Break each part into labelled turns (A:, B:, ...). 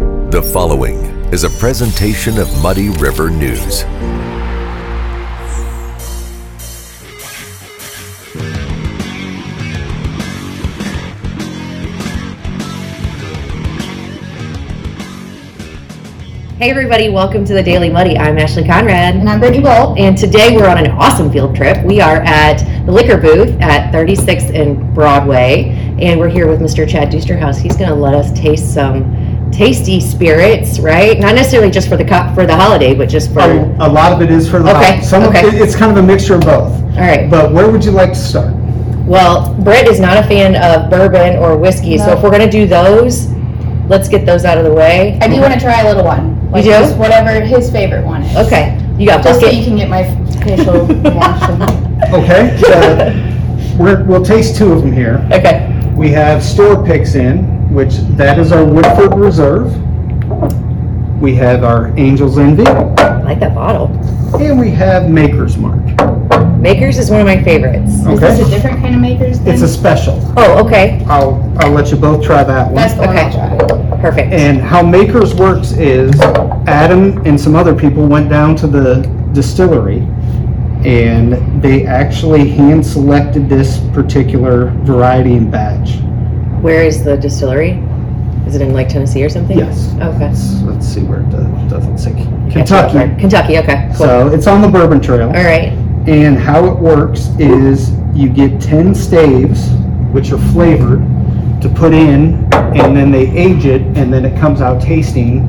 A: The following is a presentation of Muddy River News.
B: Hey everybody, welcome to the Daily Muddy. I'm Ashley Conrad.
C: And I'm Bridget Gold.
B: And today we're on an awesome field trip. We are at the liquor booth at 36th and Broadway, and we're here with Mr. Chad Dusterhouse. He's going to let us taste some tasty spirits, right? Not necessarily just for the co- for the holiday, but just for
D: A, a lot of it is for the
B: Okay,
D: holiday. Some of
B: okay.
D: it, it's kind of a mixture of both.
B: All right.
D: But where would you like to start?
B: Well, Brett is not a fan of bourbon or whiskey, so
C: No.
B: if we're going to do those, let's get those out of the way.
C: I do want to try a little one.
B: do?
C: just whatever his favorite one is.
B: Okay. You got
C: Just so you
B: bucket.
C: can get my facial reaction.
D: Okay. so we're, we'll taste two of them here.
B: Okay.
D: We have store picks in, which that is our Woodford Reserve. We have our Angel's Envy,
B: I like that bottle.
D: and we have Maker's Mark.
B: Makers is one of my favorites.
C: Is this a
D: Okay.
C: different kind of makers then?
D: It's a special.
B: Oh, okay.
D: I'll I'll let you both try that one.
C: That's the one
B: Okay.
C: I'll try.
B: Perfect.
D: And how Makers works is Adam and some other people went down to the distillery and they actually hand selected this particular variety and batch.
B: Where is the distillery? Is it in like Tennessee or something?
D: Yes.
B: Okay.
D: Let's, let's see where it does- doesn't say.
B: Right,
D: Kentucky.
B: Kentucky, okay. Cool. All
D: So it's on the Bourbon Trail.
B: right.
D: And how it works is you get 10 staves, which are flavored, to put in, and then they age it, and then it comes out tasting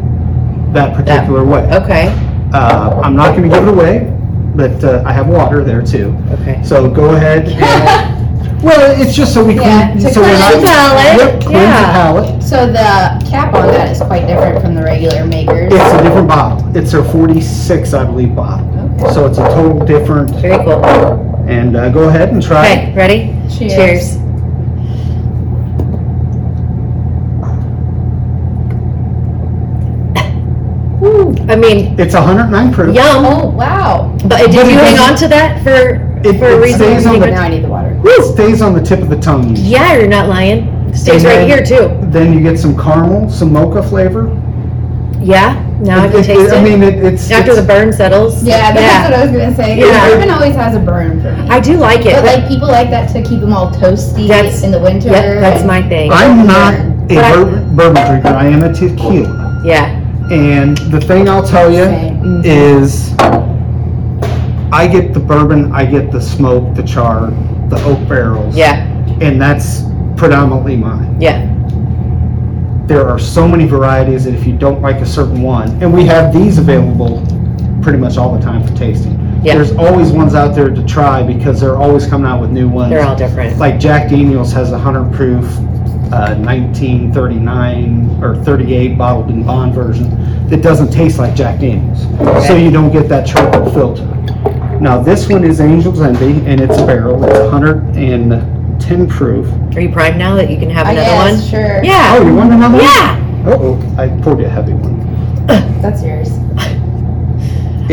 D: that particular way.
B: Okay.
D: Uh, I'm not going to give it away, but uh, I have water there too.
B: Okay.
D: So go ahead. and- well, it's just so we clean,
C: Yeah, to
D: so we're
C: cleanse
D: not
C: the
B: palate,
D: Yep, cleanse
B: yeah.
D: the palate.
C: So the cap on that is quite different from the regular makers.
D: It's a different bottle. It's a 46, I believe, bottle.
C: Okay.
D: So it's a total different.
B: Very cool.
D: And uh, go ahead and try. it.
B: Okay, ready?
C: Cheers.
B: Cheers. Woo. I mean,
D: It's 109 proof.
B: yum,
C: Oh, wow.
B: but did
D: But it
B: you hang
D: doesn't-
B: on to that for,
D: It-
B: for a
D: it
B: reason?
D: stays on
C: But
D: the-
C: now I need the water.
D: It stays on the tip of the tongue. usually.
B: Yeah, you're not lying. Stays right
D: And
B: here
D: then-
B: too.
D: Then you get some caramel, some mocha flavor.
B: Yeah, now I can taste
D: I mean,
B: it.
D: it, it's
B: After
D: it's-
B: the burn settles.
C: Yeah, that's what I was gonna say.
B: Yeah.
C: Bourbon always has a burn for me.
B: I do like it.
C: But like people like that to keep them all toasty
B: That's-
C: in the winter.
B: Yeah, that's
C: and-
B: my thing.
D: I'm not a
B: But I-
D: bur- bourbon drinker. I am a tequila.
B: Yeah.
D: And the thing I'll tell you
B: Mm-hmm.
C: Same.
D: is, I get the bourbon, I get the smoke, the char, the oak barrels.
B: Yeah.
D: And that's predominantly mine.
B: Yeah.
D: There are so many varieties that if you don't like a certain one, and we have these available pretty much all the time for tasting.
B: Yeah.
D: There's always ones out there to try because they're always coming out with new ones.
B: They're all different.
D: Like Jack Daniels has a hundred proof, uh, nineteen thirty-nine or thirty-eight bottled in bond version that doesn't taste like Jack Daniels. So
B: Okay.
D: you don't get that charcoal filter. Now, this one is Angel's Envy and it's a barrel. It's hundred and ten proof.
B: Are you primed now that you can have
C: I
B: another
C: guess,
B: one?
C: sure.
B: Yeah.
D: Oh, you want another one?
B: Yeah.
D: Uh-oh, Oh, I poured you a heavy one.
C: That's yours.
B: I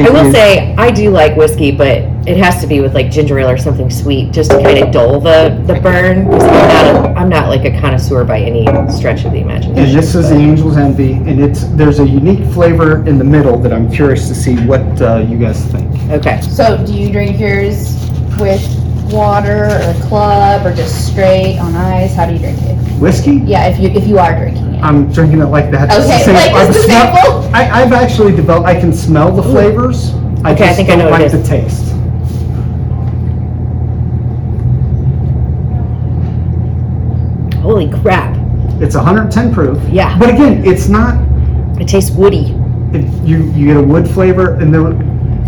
D: It
B: will
D: is-
B: say I do like whiskey, but it has to be with like ginger ale or something sweet, just to kind of dull the, the burn. 'cause I'm not, a, I'm not like a connoisseur by any stretch of the
D: And
B: imagination.
D: this is the Angel's Envy and it's, there's a unique flavor in the middle that I'm curious to see what, uh, you guys think.
B: Okay.
C: So, do you drink yours with water or a club or just straight on ice? How do you drink it?
D: Whiskey?
C: Yeah, if you if you are drinking it.
D: I'm drinking it like that. just
C: Okay,
D: the same-
C: like
D: I
C: just the
D: smell-
C: sample?
D: I, I've actually developed, I can smell the flavors. I
B: Okay, I
D: just
B: think I
D: don't
B: know what it
D: like the
B: is.
D: taste.
B: Holy crap.
D: It's 110 proof.
B: Yeah.
D: But again, it's not,
B: It tastes woody.
D: it, you, you get a wood flavor and there,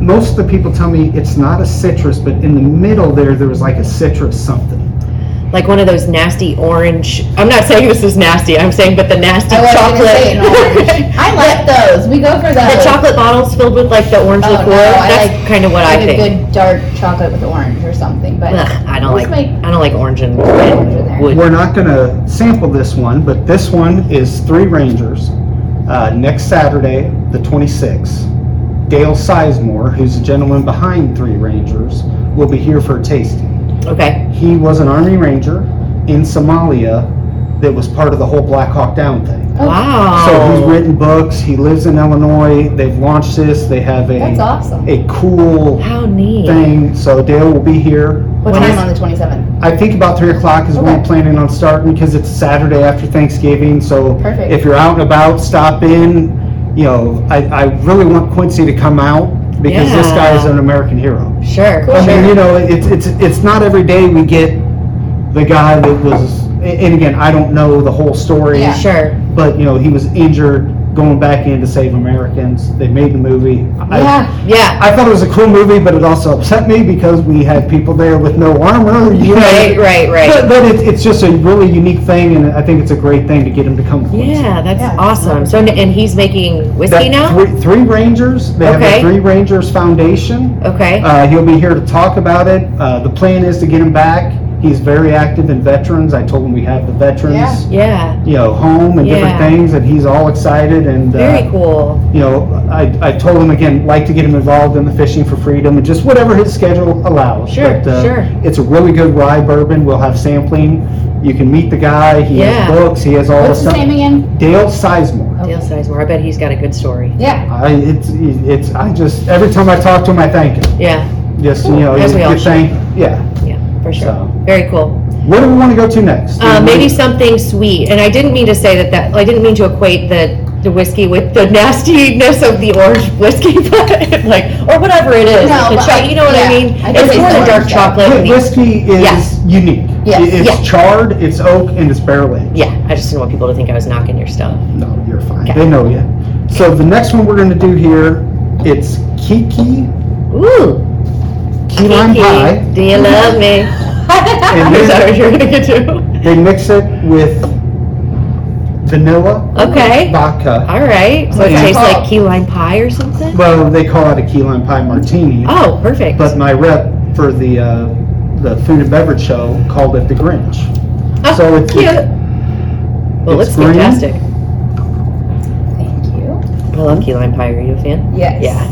D: most of the people tell me it's not a citrus, but in the middle there, there was like a citrus something.
B: Like one of those nasty orange. I'm not saying this is nasty. I'm saying, but the nasty
C: I was gonna
B: chocolate.
C: say an orange. I like those. We go for those.
B: the chocolate bottles filled with like the orange
C: Oh,
B: liqueur.
C: no, I
B: That's
C: like-
B: kind of what
C: like
B: I
C: a
B: think.
C: good dark chocolate with orange or something. But
B: Ugh, I don't like.
C: Let's make-
B: I don't like orange and
C: Orange in there.
B: wood.
D: We're not gonna sample this one, but this one is Three Rangers. Uh, next Saturday, the 26th, Dale Sizemore, who's the gentleman behind Three Rangers, will be here for a tasting.
B: Okay.
D: He was an Army Ranger in Somalia that was part of the whole Black Hawk Down thing.
C: Oh.
B: Wow.
D: So he's written books, he lives in Illinois, they've launched this, they have
C: That's
D: a,
C: awesome.
D: a cool
B: How neat.
D: thing, so Dale will be here.
C: What
B: What
C: time
B: is-
C: on the 27th?
D: I think about three o'clock is when
C: Okay.
D: we're planning on starting, because it's Saturday after Thanksgiving, so
C: Perfect.
D: if you're out and about, stop in. You know, I, I really want Quincy to come out, because this guy is
B: Yeah.
D: an American hero.
B: Sure.
C: Cool.
D: I mean, you
B: Sure.
D: know, it's, it's, it's not every day we get the guy that was, and again, I don't know the whole story,
C: Yeah.
B: Sure.
D: but, you know, he was injured going back in to save Americans. They made the movie. I-
B: Yeah. Yeah.
D: I thought it was a cool movie, but it also upset me because we had people there with no armor. you know.
B: Right. Right.
D: But,
B: Right.
D: but it's, it's just a really unique thing, and I think it's a great thing to get him to come. close.
B: Yeah. That's
C: Yeah.
B: awesome. So and he's making
D: That-
B: whiskey now.
D: Three, three Rangers. They have
B: Okay.
D: a Three Rangers Foundation.
B: Okay.
D: Uh, he'll be here to talk about it. Uh, the plan is to get him back. He's very active in veterans. I told him we have the veterans,
C: Yeah.
B: Yeah.
D: you know, home and
B: Yeah.
D: different things, and he's all excited. And
B: Very
D: uh,
B: cool.
D: you know, I, I told him again, like to get him involved in the fishing for freedom and just whatever his schedule allows.
B: Sure,
D: but, uh,
B: sure.
D: It's a really good rye bourbon. We'll have sampling. You can meet the guy. He
B: Yeah.
D: has books. He has all
C: What's
D: the
C: his
D: stuff.
C: name again?
D: Dale Sizemore.
B: Dale Sizemore. I bet he's got a good story.
C: Yeah.
D: I, it's, it's, I just, every time I talk to him, I thank him.
B: Yeah.
D: Just, you know,
B: As
D: you,
B: we all
D: you
B: should.
D: thank, yeah.
B: Yeah. For sure.
D: So-
B: Very cool.
D: What do we want to go to next?
B: Uh, maybe something sweet, and I didn't mean to say that. That I didn't mean to equate the the whiskey with the nastiness of the orange whiskey, but like or whatever it is,
C: No,
B: the
C: but
B: cho-
C: I-
B: you know what
C: yeah,
B: I mean.
C: I think
B: it's
C: it's
B: more than
C: orange,
B: dark
C: yeah.
B: chocolate.
D: Whi-
B: and the-
D: Whiskey is unique.
C: Yes.
D: It-
B: Yeah.
D: It's charred, it's oak, and it's barrel aged.
B: yeah, I just didn't want people to think I was knocking your stuff.
D: No, you're fine.
B: Okay.
D: They know you. So the next one we're going to do here, it's Kiki
B: Ooh,
D: Key Lime
B: Kiki,
D: Pie.
B: do you love me?
D: And
B: Is that
D: they,
B: what you're gonna get to?
D: they mix it with vanilla
B: Okay,
D: vodka.
B: all right. So it
D: Yeah.
B: tastes like key lime pie or something.
D: Well, they call it a key lime pie martini,
B: Oh, perfect.
D: but my rep for the uh, the food and beverage show called it the Grinch.
B: Oh,
D: so it's-
B: cute. Well, looks
D: it's green.
B: fantastic.
C: Thank you.
B: I love key lime pie. Are you a fan?
C: Yes.
B: Yeah.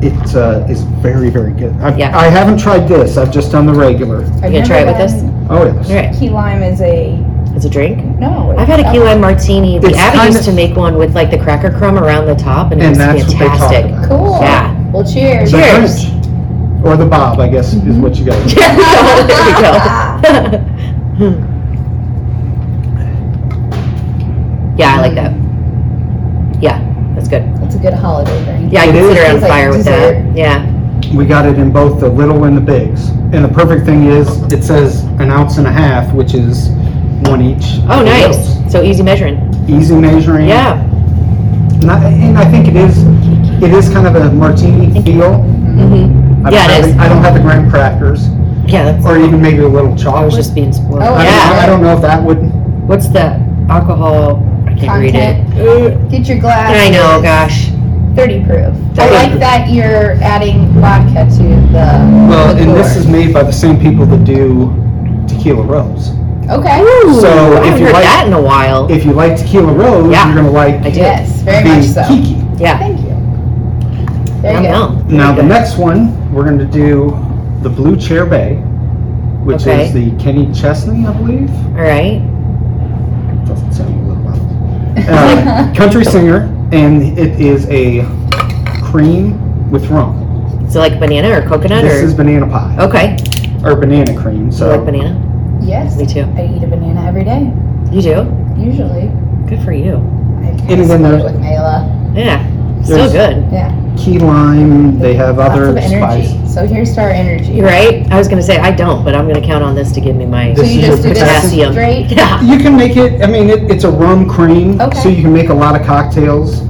D: It uh, is very very good. I've,
B: Yeah.
D: I haven't tried this. I've just done the regular.
C: I've
B: You gonna try it with
C: never
B: us?
C: done-
D: Oh yes.
B: All right.
C: Key lime is a,
B: It's a drink.
C: no. what
B: I've
C: is
B: had a
C: that?
B: key lime martini. The
D: It's
B: Abby
D: kinda-
B: used to make one with like the cracker crumb around the top, and it
D: And
B: was
D: that's what they talk
B: fantastic.
D: about.
C: Cool.
B: Yeah.
C: Well, cheers.
D: The
B: Cheers.
D: Grinch. Or the Bob, I guess, is what you got.
B: there we go. yeah, I like that. Yeah, that's good.
C: That's a good holiday drink.
B: Yeah, I
D: It
B: can sit
D: is.
B: around
C: It's like
B: fire with
C: dessert.
B: that. Yeah.
D: We got it in both the little and the bigs. And the perfect thing is, it says an ounce and a half, which is one each.
B: Oh,
D: of the
B: nice. So easy measuring.
D: littles. Easy measuring.
B: Yeah.
D: And I, and I think it is, it is kind of a martini feel.
B: hmm
D: I
B: Yeah,
D: don't
B: it
D: have
B: is.
D: the- I don't have the graham crackers,
B: Yeah, that's.
D: or even maybe a little
B: I was
D: chocolate.
B: just being spoiled.
C: Oh,
D: I
B: yeah.
D: don't, I don't know if that would,
B: What's the alcohol? I can't read it. Uh,
C: Get your glass.
B: I know, gosh.
C: 30 proof. I
B: 30
C: like
D: proof.
C: that you're adding vodka to the.
D: well, and this
C: liqueur.
D: is made by the same people that do Tequila Rose.
C: Okay.
D: So,
B: I
D: if
B: haven't
D: you
B: heard
D: like-
B: that in a while.
D: If you like Tequila Rose,
B: Yeah.
D: you're gonna like
B: I do.
C: Yes, very
D: the
C: much so.
D: Kiki.
B: yeah.
C: Thank you. There you go.
B: Yum, yum.
D: Now, the
B: Very
D: next one, we're going to do the Blue Chair Bay, which
B: Okay.
D: is the Kenny Chesney, I believe.
B: good. All right.
D: Doesn't sound a little loud. Uh, country singer, and it is a cream with rum.
B: So like banana or coconut
D: This
B: or
D: is banana pie
B: okay.
D: or banana cream.
B: So like
D: So
B: banana.
C: Yes.
B: Me too.
C: I eat a banana every day,
B: You do.
C: usually.
B: Good for you.
C: I
D: And
C: kinda
D: again,
C: split
D: there's-
C: it with Mayla.
B: Yeah. So
D: There's-
B: good.
C: Yeah.
D: key lime. They have
C: Lots
D: other
C: of energy.
D: spice.
C: So here's to our energy.
B: You're right. I was gonna say I don't, but I'm gonna count on this to give me my
C: So
D: This
C: you
D: is
C: just do
D: your
C: this
D: potassium.
C: straight?
B: yeah.
D: You can make it. I mean, it, it's a rum cream, so
C: Okay.
D: you can make a lot of cocktails.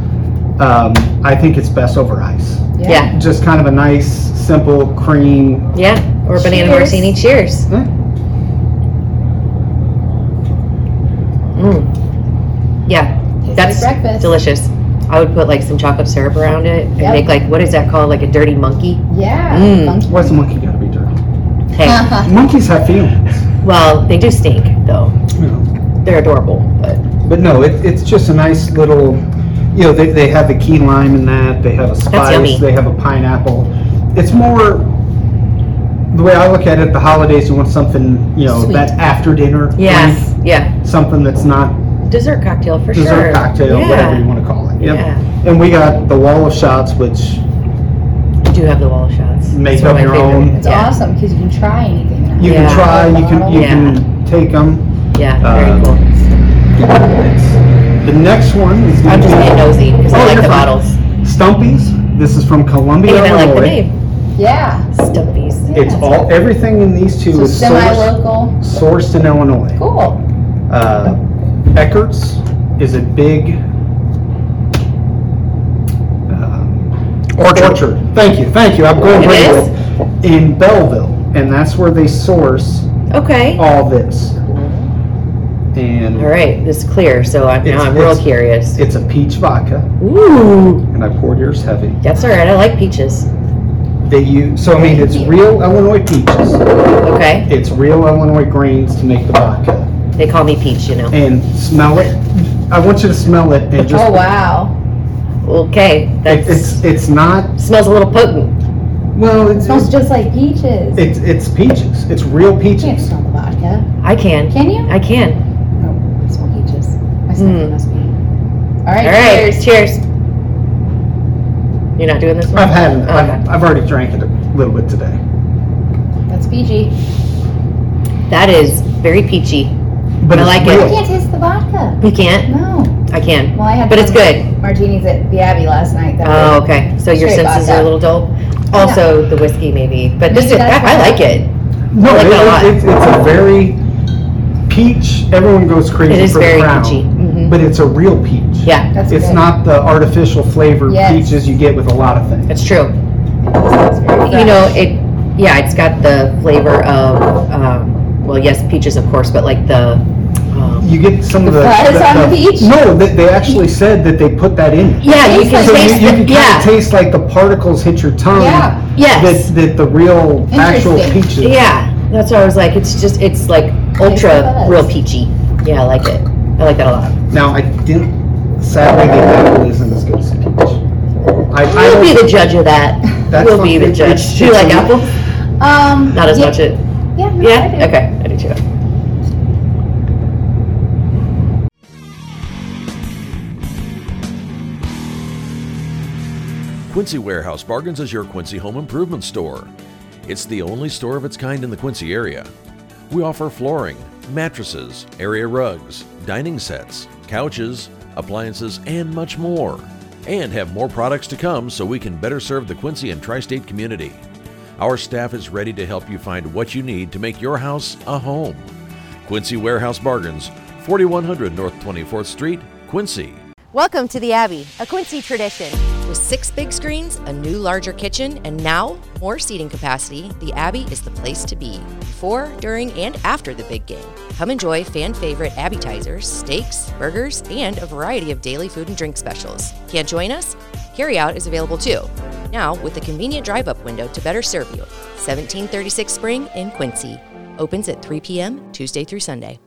D: Um, I think it's best over ice.
B: Yeah.
D: Just kind of a nice, simple cream.
B: Yeah. Or banana
C: Cheers.
B: martini. Cheers.
D: Mm.
B: Mm. Yeah.
C: Tastes
B: That's
C: like breakfast.
B: Delicious. I would put like some chocolate syrup around it and
C: Yep.
B: make like what is that called? Like a dirty monkey.
C: Yeah.
B: Mm.
C: funky.
D: Why's the monkey gotta be dirty?
B: Hey.
D: Monkeys have feelings,
B: well, they do stink though.
D: you know.
B: They're adorable, but
D: But no, it, it's just a nice little, you know, they, they have the key lime in that, they have a spice,
B: yummy.
D: they have a pineapple. It's more, the way I look at it, the holidays, you want something, you know,
C: Sweet.
D: that's after dinner. drink,
B: Yes, yeah.
D: Something that's not
B: Dessert cocktail for sure.
D: dessert cocktail,
B: yeah.
D: whatever you want to call it. Yep.
B: Yeah.
D: And we got the wall of shots, which
B: You do have the wall shots.
D: Make
B: That's one of
D: up
B: my
D: your
B: favorite.
D: own.
C: It's
B: Yeah.
C: awesome because you can try anything.
D: you
B: Yeah.
D: can try, you can you
B: Yeah.
D: can take them.
B: Yeah,
D: Um,
B: very cool.
D: The next one is
B: I'm
D: going
B: just being
D: to
B: nosy because
D: Oh,
B: I like
D: you're
B: the
D: fine.
B: bottles.
D: be Stumpy's. This is from Columbia,
B: Even I
D: Illinois.
B: like the name,
C: Yeah.
B: Stumpies.
C: yeah,
D: It's all everything in these two
C: So
D: is sourced,
C: semi-local.
D: sourced in Illinois.
C: Cool.
D: Uh, Eckert's is a big um, orchard. Thank you, thank you. I'm going
B: It
D: right
B: is?
D: with it. in Belleville, and that's where they source
B: Okay.
D: all this. And
B: All right, it's clear. So I'm, now
D: It's-
B: I'm real
D: it's-
B: curious.
D: it's a peach vodka,
B: Ooh,
D: and I poured yours heavy.
B: that's all right. I like peaches.
D: They use so I mean it's real Illinois peaches.
B: Okay,
D: It's real Illinois grains to make the vodka,
B: they call me peach, you know.
D: and smell it. I want you to smell it and just
C: Oh, wow.
B: Okay,
D: it-
B: that
D: it's it's not
B: smells a little potent.
D: well
C: It
D: it's
C: smells just like peaches.
D: It's it's peaches. It's real
C: You can't
D: peaches.
C: smell the vodka,
B: I can,
C: can you?
B: I can.
C: No, I smell peaches. My stomach
B: Mm.
C: must be. All
B: All
C: right,
B: right,
C: cheers.
B: cheers. You're not doing this one.
D: I've had it. I've,
B: Okay.
D: I've already drank it a little bit today.
C: That's PG.
B: That is very peachy.
D: But
B: I
D: it's
B: like it.
C: I
D: real.
C: can't taste the vodka.
B: You can't.
C: No.
B: I can.
C: Well, I had
B: But it's
C: some
B: good.
C: martinis at the Abbey last night. That
B: Oh, okay. So your
C: Straight
B: senses are a
C: vodka.
B: little dull. Also, the whiskey maybe, but this is
C: Maybe that's
B: I, I
C: why.
B: like it.
D: No,
B: I like it
D: it-
B: a lot.
D: it's, it's a very peach. Everyone goes crazy
B: It is
D: for
B: very
D: the crown,
B: peachy. Mhm.
D: but it's a real peach.
B: Yeah,
C: Mm-hmm. That's
D: It's
C: good.
D: not the artificial flavored
C: Yes.
D: peaches you get with a lot of things.
B: that's true.
C: It's very
B: You know,
C: fresh.
B: it, yeah, it's got the flavor of, um, well, yes, peaches, of course, but like the, um,
D: You get some of
C: The
D: the,
C: fuzz on the peach?
D: No, they, they actually said that they put that in. it.
B: yeah, you can
C: Tastes
D: So
C: like-
B: taste,
D: you, you
B: the-
D: can kind of
B: yeah,
D: taste like the particles hit your tongue.
C: Yeah.
B: yes,
D: That, that the real actual
C: Interesting.
D: peaches.
B: yeah. That's what I was like, it's just, it's like ultra
C: fuzz.
B: real peachy. Yeah, I like it. I like that a lot.
D: Now I didn't. Sadly, the apple isn't as good as the peach. I, I
B: You'll
D: don't-
B: be the judge of that.
D: That's
B: You'll be
D: not-
B: the
D: it-
B: judge.
D: it's-
B: Do you
D: it's
B: like
D: a-
B: apple?
C: Um,
B: Not as
C: yeah,
B: much, it-
C: Yeah, no, I do.
B: yeah, okay, I do too.
A: Quincy Warehouse Bargains is your Quincy home improvement store. It's the only store of its kind in the Quincy area. We offer flooring, mattresses, area rugs, dining sets, couches, appliances, and much more. And have more products to come so we can better serve the Quincy and tri state community. Our staff is ready to help you find what you need to make your house a home. Quincy Warehouse Bargains, 4100 North 24th Street, Quincy.
E: Welcome to the Abbey, a Quincy tradition.
F: With six big screens, a new larger kitchen, and now more seating capacity, the Abbey is the place to be before, during, and after the big game. Come enjoy fan favorite appetizers, steaks, burgers, and a variety of daily food and drink specials. Can't join us? Carryout is available too. Now with a convenient drive up window to better serve you. 1736 Spring in Quincy. Opens at 3 p.m. Tuesday through Sunday.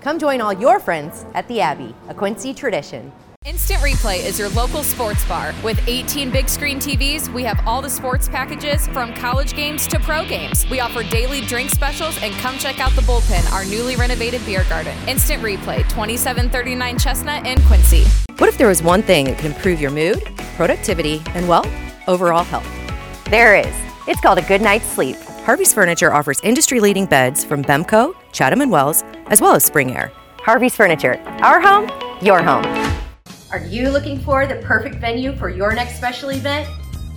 E: Come join all your friends at the Abbey, a Quincy tradition.
G: Instant Replay is your local sports bar. With 18 big screen TVs, we have all the sports packages from college games to pro games. We offer daily drink specials and come check out the bullpen, our newly renovated beer garden. Instant Replay, 2739 Chestnut in Quincy.
F: What if there was one thing that could improve your mood, productivity, and well, overall health?
E: There is. It's called a good night's sleep.
F: Harvey's Furniture offers industry-leading beds from Bemco, Chatham and Wells, as well as Spring Air.
E: Harvey's Furniture, our home, your home.
H: Are you looking for the perfect venue for your next special event?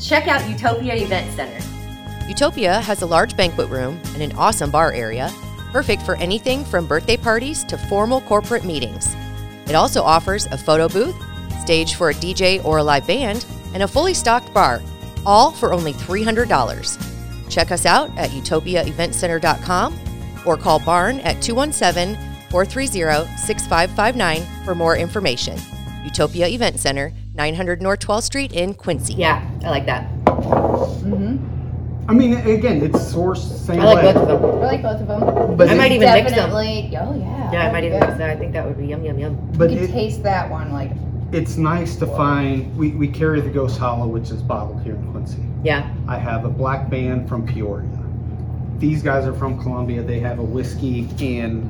H: Check out Utopia Event Center.
F: Utopia has a large banquet room and an awesome bar area, perfect for anything from birthday parties to formal corporate meetings. It also offers a photo booth, stage for a DJ or a live band, and a fully stocked bar, all for only $300. Check us out at utopiaeventcenter.com or call Barn at 217 430 6559 for more information. Utopia Event Center, 900 North 12th Street in Quincy.
B: Yeah, I like that.
D: I mean, again, it's sourced same
B: I like
D: way.
B: both of them.
C: I like both of them.
D: But
B: I
D: it-
B: might even mix them.
C: Definitely. Oh, yeah.
B: Yeah, I
C: that'd
B: might
C: be
B: even
C: good.
B: mix that. I think that would be yum, yum, yum.
D: But
C: You can
D: it,
C: taste that one, like,
D: it's nice to find. We, we carry the Ghost Hollow, which is bottled here in Quincy.
B: Yeah.
D: I have a black band from Peoria. these guys are from Colombia. They have a whiskey and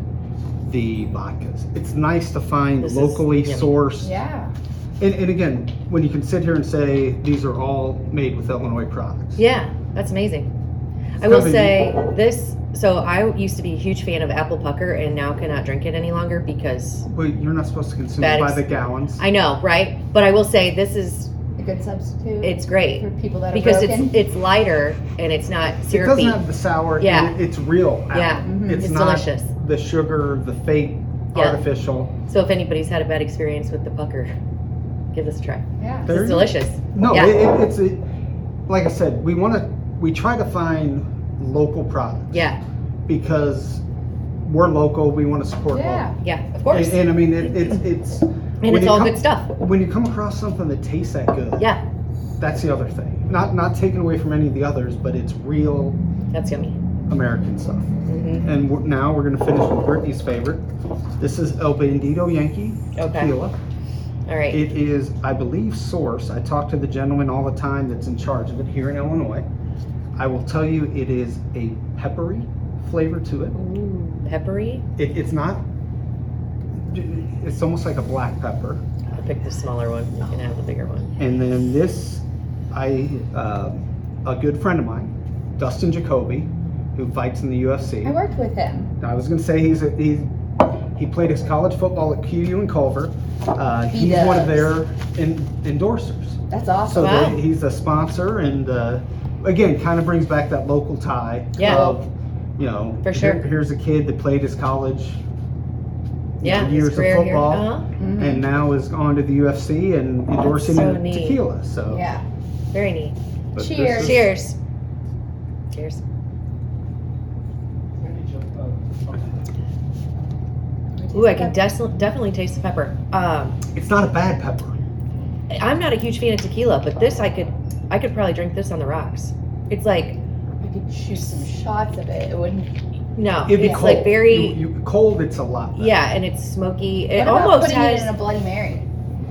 D: the vodkas. It's nice to find
B: This is-
D: locally
B: yeah.
D: sourced.
C: Yeah.
D: And, and again, when you can sit here and say these are all made with Illinois products.
B: Yeah, that's amazing. I will
D: Probably-
B: say this. So I used to be a huge fan of apple pucker, and now cannot drink it any longer because
D: But you're not supposed to consume
B: That
D: it by
B: ex-
D: the gallons.
B: I know, right? But I will say this is
C: A good substitute.
B: it's great
C: for people that are
B: because
C: broken.
B: it's it's lighter and it's not
D: it doesn't
B: syrupy.
D: have the sour.
B: Yeah.
D: and it's real. apple.
B: Yeah. Mm-hmm.
C: Mhm.
D: It's,
B: It's
D: not
B: delicious.
D: The sugar, the fake,
B: Yeah.
D: artificial.
B: So if anybody's had a bad experience with the pucker, give this a try.
C: yeah.
B: It's
D: There you-
B: delicious.
D: No,
B: Yeah.
D: it, it, it's a, like I said, we want to we try to find local products
B: Yeah,
D: because we're local. We want to support
C: Yeah.
D: local.
B: yeah, of
D: And,
B: course.
D: and I mean, it, it's it's
B: And
D: when
B: it's
D: you
B: all
D: come-
B: good stuff.
D: When you come across something that tastes that good,
B: Yeah,
D: that's the other thing. Not not taken away from any of the others, but it's real
B: that's yummy.
D: American stuff.
B: Mhm.
D: And we're, now we're going to finish with Brittany's favorite. This is El Bandito Yankee
B: Okay.
D: tequila.
B: All right.
D: It is, I believe, sourced. I talk to the gentleman all the time that's in charge of it here in Illinois. I will tell you, it is a peppery flavor to it.
B: Peppery.
D: it it's not. It's almost like a black pepper.
B: I picked the smaller one. You can have the bigger one.
D: And then this, I um a good friend of mine, Dustin Jacoby, who fights in the UFC.
C: I worked with him.
D: I was gonna say he's a, he's he played his college football at QU in Culver. Uh,
C: He
D: he's one of
C: does.
D: their en- endorsers.
C: That's
D: So
C: awesome.
B: Wow.
D: they, he's a sponsor, and uh, again, kind of brings back that local tie
B: Yeah.
D: of, you know,
B: For sure.
D: here- here's a kid that played his college
B: Yeah,
D: years
B: it's
D: of
B: rare
D: football.
B: Here. Uh-huh.
C: Mm-hmm.
D: and now is on to the UFC and endorsing
B: so
D: a
B: neat.
D: tequila. So
C: Yeah.
B: Very neat.
D: but this
C: Cheers.
D: is-
B: Cheers. Cheers. Ooh, I can des- definitely taste the pepper. Um,
D: It's not a bad pepper.
B: I'm not a huge fan of tequila, but this I could, I could probably drink this on the rocks. It's like
C: I could shoot some shots of it. It wouldn't.
B: no,
D: It'd be
B: it's
D: cold.
B: like very
D: You- you- cold. It's a lot. better.
B: yeah, and it's smoky. It
C: What about
B: almost
C: putting
B: has.
C: it in a Bloody Mary.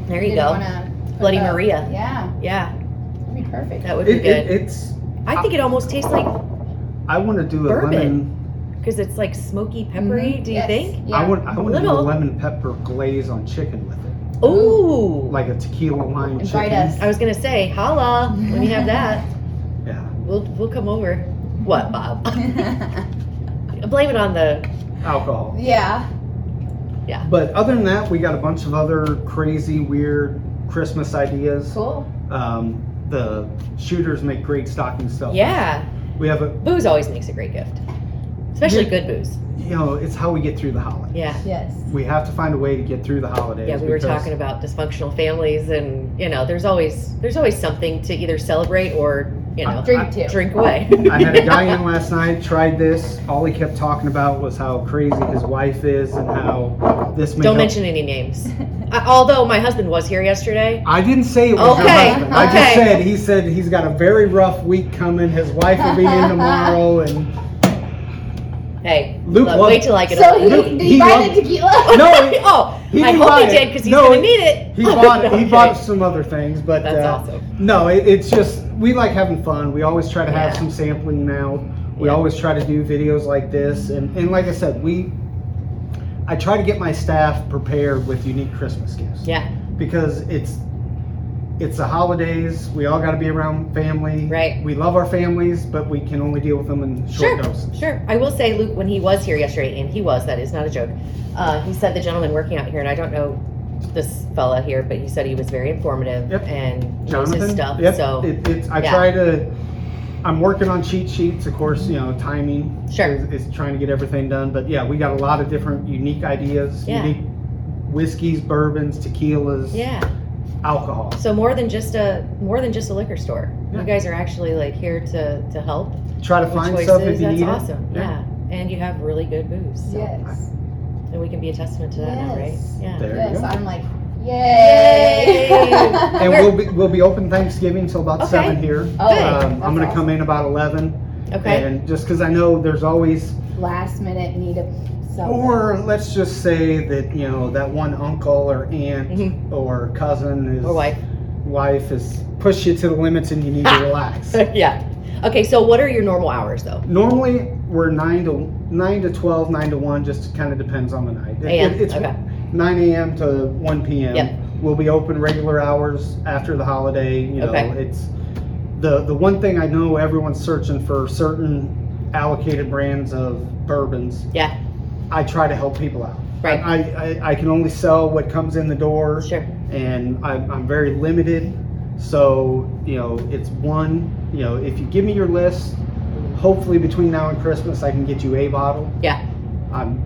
B: there you
C: Didn't
B: go.
C: wanna put
B: Bloody
C: a-
B: Maria.
C: Yeah,
B: Yeah,
C: that'd be perfect.
B: that would be
D: It,
B: good.
D: it, it's.
B: I think it almost tastes like
D: I want to do a
B: Bourbon.
D: lemon.
B: because it's like smoky, peppery.
C: Mhm.
B: Do you
C: Yes.
B: think?
C: Yeah.
D: I want. I want to do a
B: Little.
D: lemon pepper glaze on chicken with it,
B: Ooh,
D: like a tequila lime
C: Invite
D: chicken.
C: us.
B: I was gonna say, holla when you have that.
D: Yeah.
B: We'll we'll come over. What, Bob? Blame it on the
D: Alcohol.
C: yeah.
D: But other than that, we got a bunch of other crazy, weird Christmas ideas.
C: Cool.
D: Um, the shooters make great stocking stuffers.
B: yeah.
D: We have a.
B: Booze always makes a great gift, especially good booze.
D: You know, it's how we get through the holiday.
B: Yeah.
C: Yes.
D: We have to find a way to get through the holidays.
B: Yeah, we were
D: because-
B: talking about dysfunctional families, and you know, there's always there's always something to either celebrate or you know
C: Drink too.
B: drink away.
D: I had a guy in last night, tried this. All he kept talking about was how crazy his wife is and how this may
B: Don't
D: help-
B: mention any names. I, although my husband was here yesterday.
D: I didn't say it was
B: Okay,
D: her husband. I just
B: okay.
D: said he said he's got a very rough week coming. His wife will be in tomorrow, and
B: Hey, look,
D: Luke loved-
B: wait till I get
C: So
B: up.
C: he,
D: Luke,
C: he,
D: he
C: brought
D: loved-
C: in tequila.
D: No, he-
B: oh,
D: he
B: I
D: didn't
B: hope
D: buy
B: he
D: it.
B: did because he's
D: No,
B: gonna need it.
D: he bought
B: Okay.
D: he bought some other things. But
B: That's
D: uh,
B: awesome.
D: No, it, it's just we like having fun. We always try to have
B: Yeah.
D: some sampling now. We
B: Yeah.
D: always try to do videos like this, and and like I said, we. I try to get my staff prepared with unique Christmas gifts.
B: Yeah,
D: because it's it's the holidays. We all got to be around family.
B: Right.
D: We love our families, but we can only deal with them in short
B: sure,
D: doses.
B: sure. I will say, Luke, when he was here yesterday, and he was that is not a joke. Uh, he said the gentleman working out here, and I don't know this fella here, but he said he was very informative
D: Yep.
B: and knows
D: Jonathan.
B: his stuff.
D: Yep.
B: So
D: it, it's I
B: yeah.
D: try to. I'm working on cheat sheets, of course. You know, timing
B: Sure.
D: is, is trying to get everything done. But yeah, we got a lot of different unique ideas,
B: Yeah.
D: unique whiskeys, bourbons, tequilas,
B: yeah.
D: alcohol.
B: So more than just a more than just a liquor store.
D: Yeah.
B: You guys are actually like here to to help
D: Try to
B: with
D: find
B: choices.
D: stuff if you
B: That's
D: need it.
B: awesome. Yeah. and you have really good booze. So.
C: Yes.
B: And we can be a testament to that now, right?
C: Yes.
B: Yeah.
D: There you
C: Yes.
D: go.
C: I'm like, yay.
B: Yay.
D: And we'll be we'll be open Thanksgiving till about
B: Okay.
D: seven here.
C: Oh, Good.
D: um, I'm gonna
C: that's
D: come in about eleven.
B: Okay.
D: And just because I know there's always,
C: Last minute need of something.
D: or let's just say that you know that one uncle or aunt
B: Mhm.
D: or cousin is
B: Or wife.
D: wife is push you to the limits and you need to relax.
B: yeah. Okay, so what are your normal hours though?
D: Normally, we're nine to nine to twelve, nine to one. Just kind of depends on the night. It-
B: AM,
D: it- it's
B: okay.
D: Nine a.m. to one p.m.
B: Yep.
D: We'll be open regular hours after the holiday. You know,
B: Okay.
D: it's the the one thing I know everyone's searching for certain allocated brands of bourbons.
B: Yeah,
D: I try to help people out.
B: Right.
D: I, I, I can only sell what comes in the door.
B: sure.
D: and I'm, I'm very limited. So, you know, it's one, you know, if you give me your list, hopefully between now and Christmas, I can get you a bottle.
B: Yeah,
D: I'm,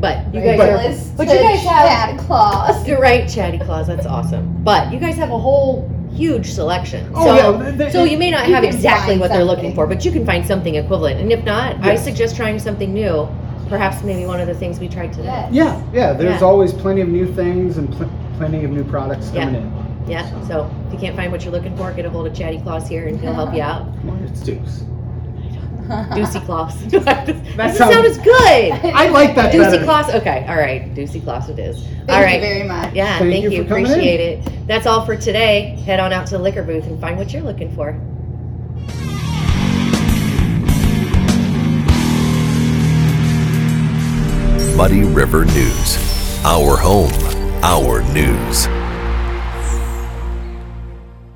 B: but you
D: Right.
B: guys are.
D: But-
B: but you guys have-
C: Chad Claus.
B: You're right, Chatty Claus. That's awesome. But you guys have a whole huge selection.
D: Oh,
B: so,
D: yeah, they-
B: so you may not
C: You
B: have
C: can
B: exactly
C: find
B: what they're looking
C: something.
B: for, but you can find something equivalent. And if not, I
D: Yes.
B: suggest trying something new. Perhaps maybe one of the things we tried today.
C: Yeah.
D: yeah, yeah, there's
B: Yeah.
D: always plenty of new things and pl- plenty of new products coming in.
B: Yeah. So if you can't find what you're looking for, get a hold of Chatty Claus here, and he'll help you out.
D: Come on, it's deuce.
B: Deucey Claus. that
D: sounds-
B: sound is good.
D: I like that
B: Deucey
D: better.
B: Claus. Okay. All right. Deucey Claus it is.
C: Thank
B: all right.
C: you very much.
B: yeah.
D: Thank
B: Thank,
D: you
B: you.
D: for coming in.
B: Appreciate it. That's all for today. Head on out to the liquor booth and find what you're looking for.
A: Muddy River News. Our home, our news.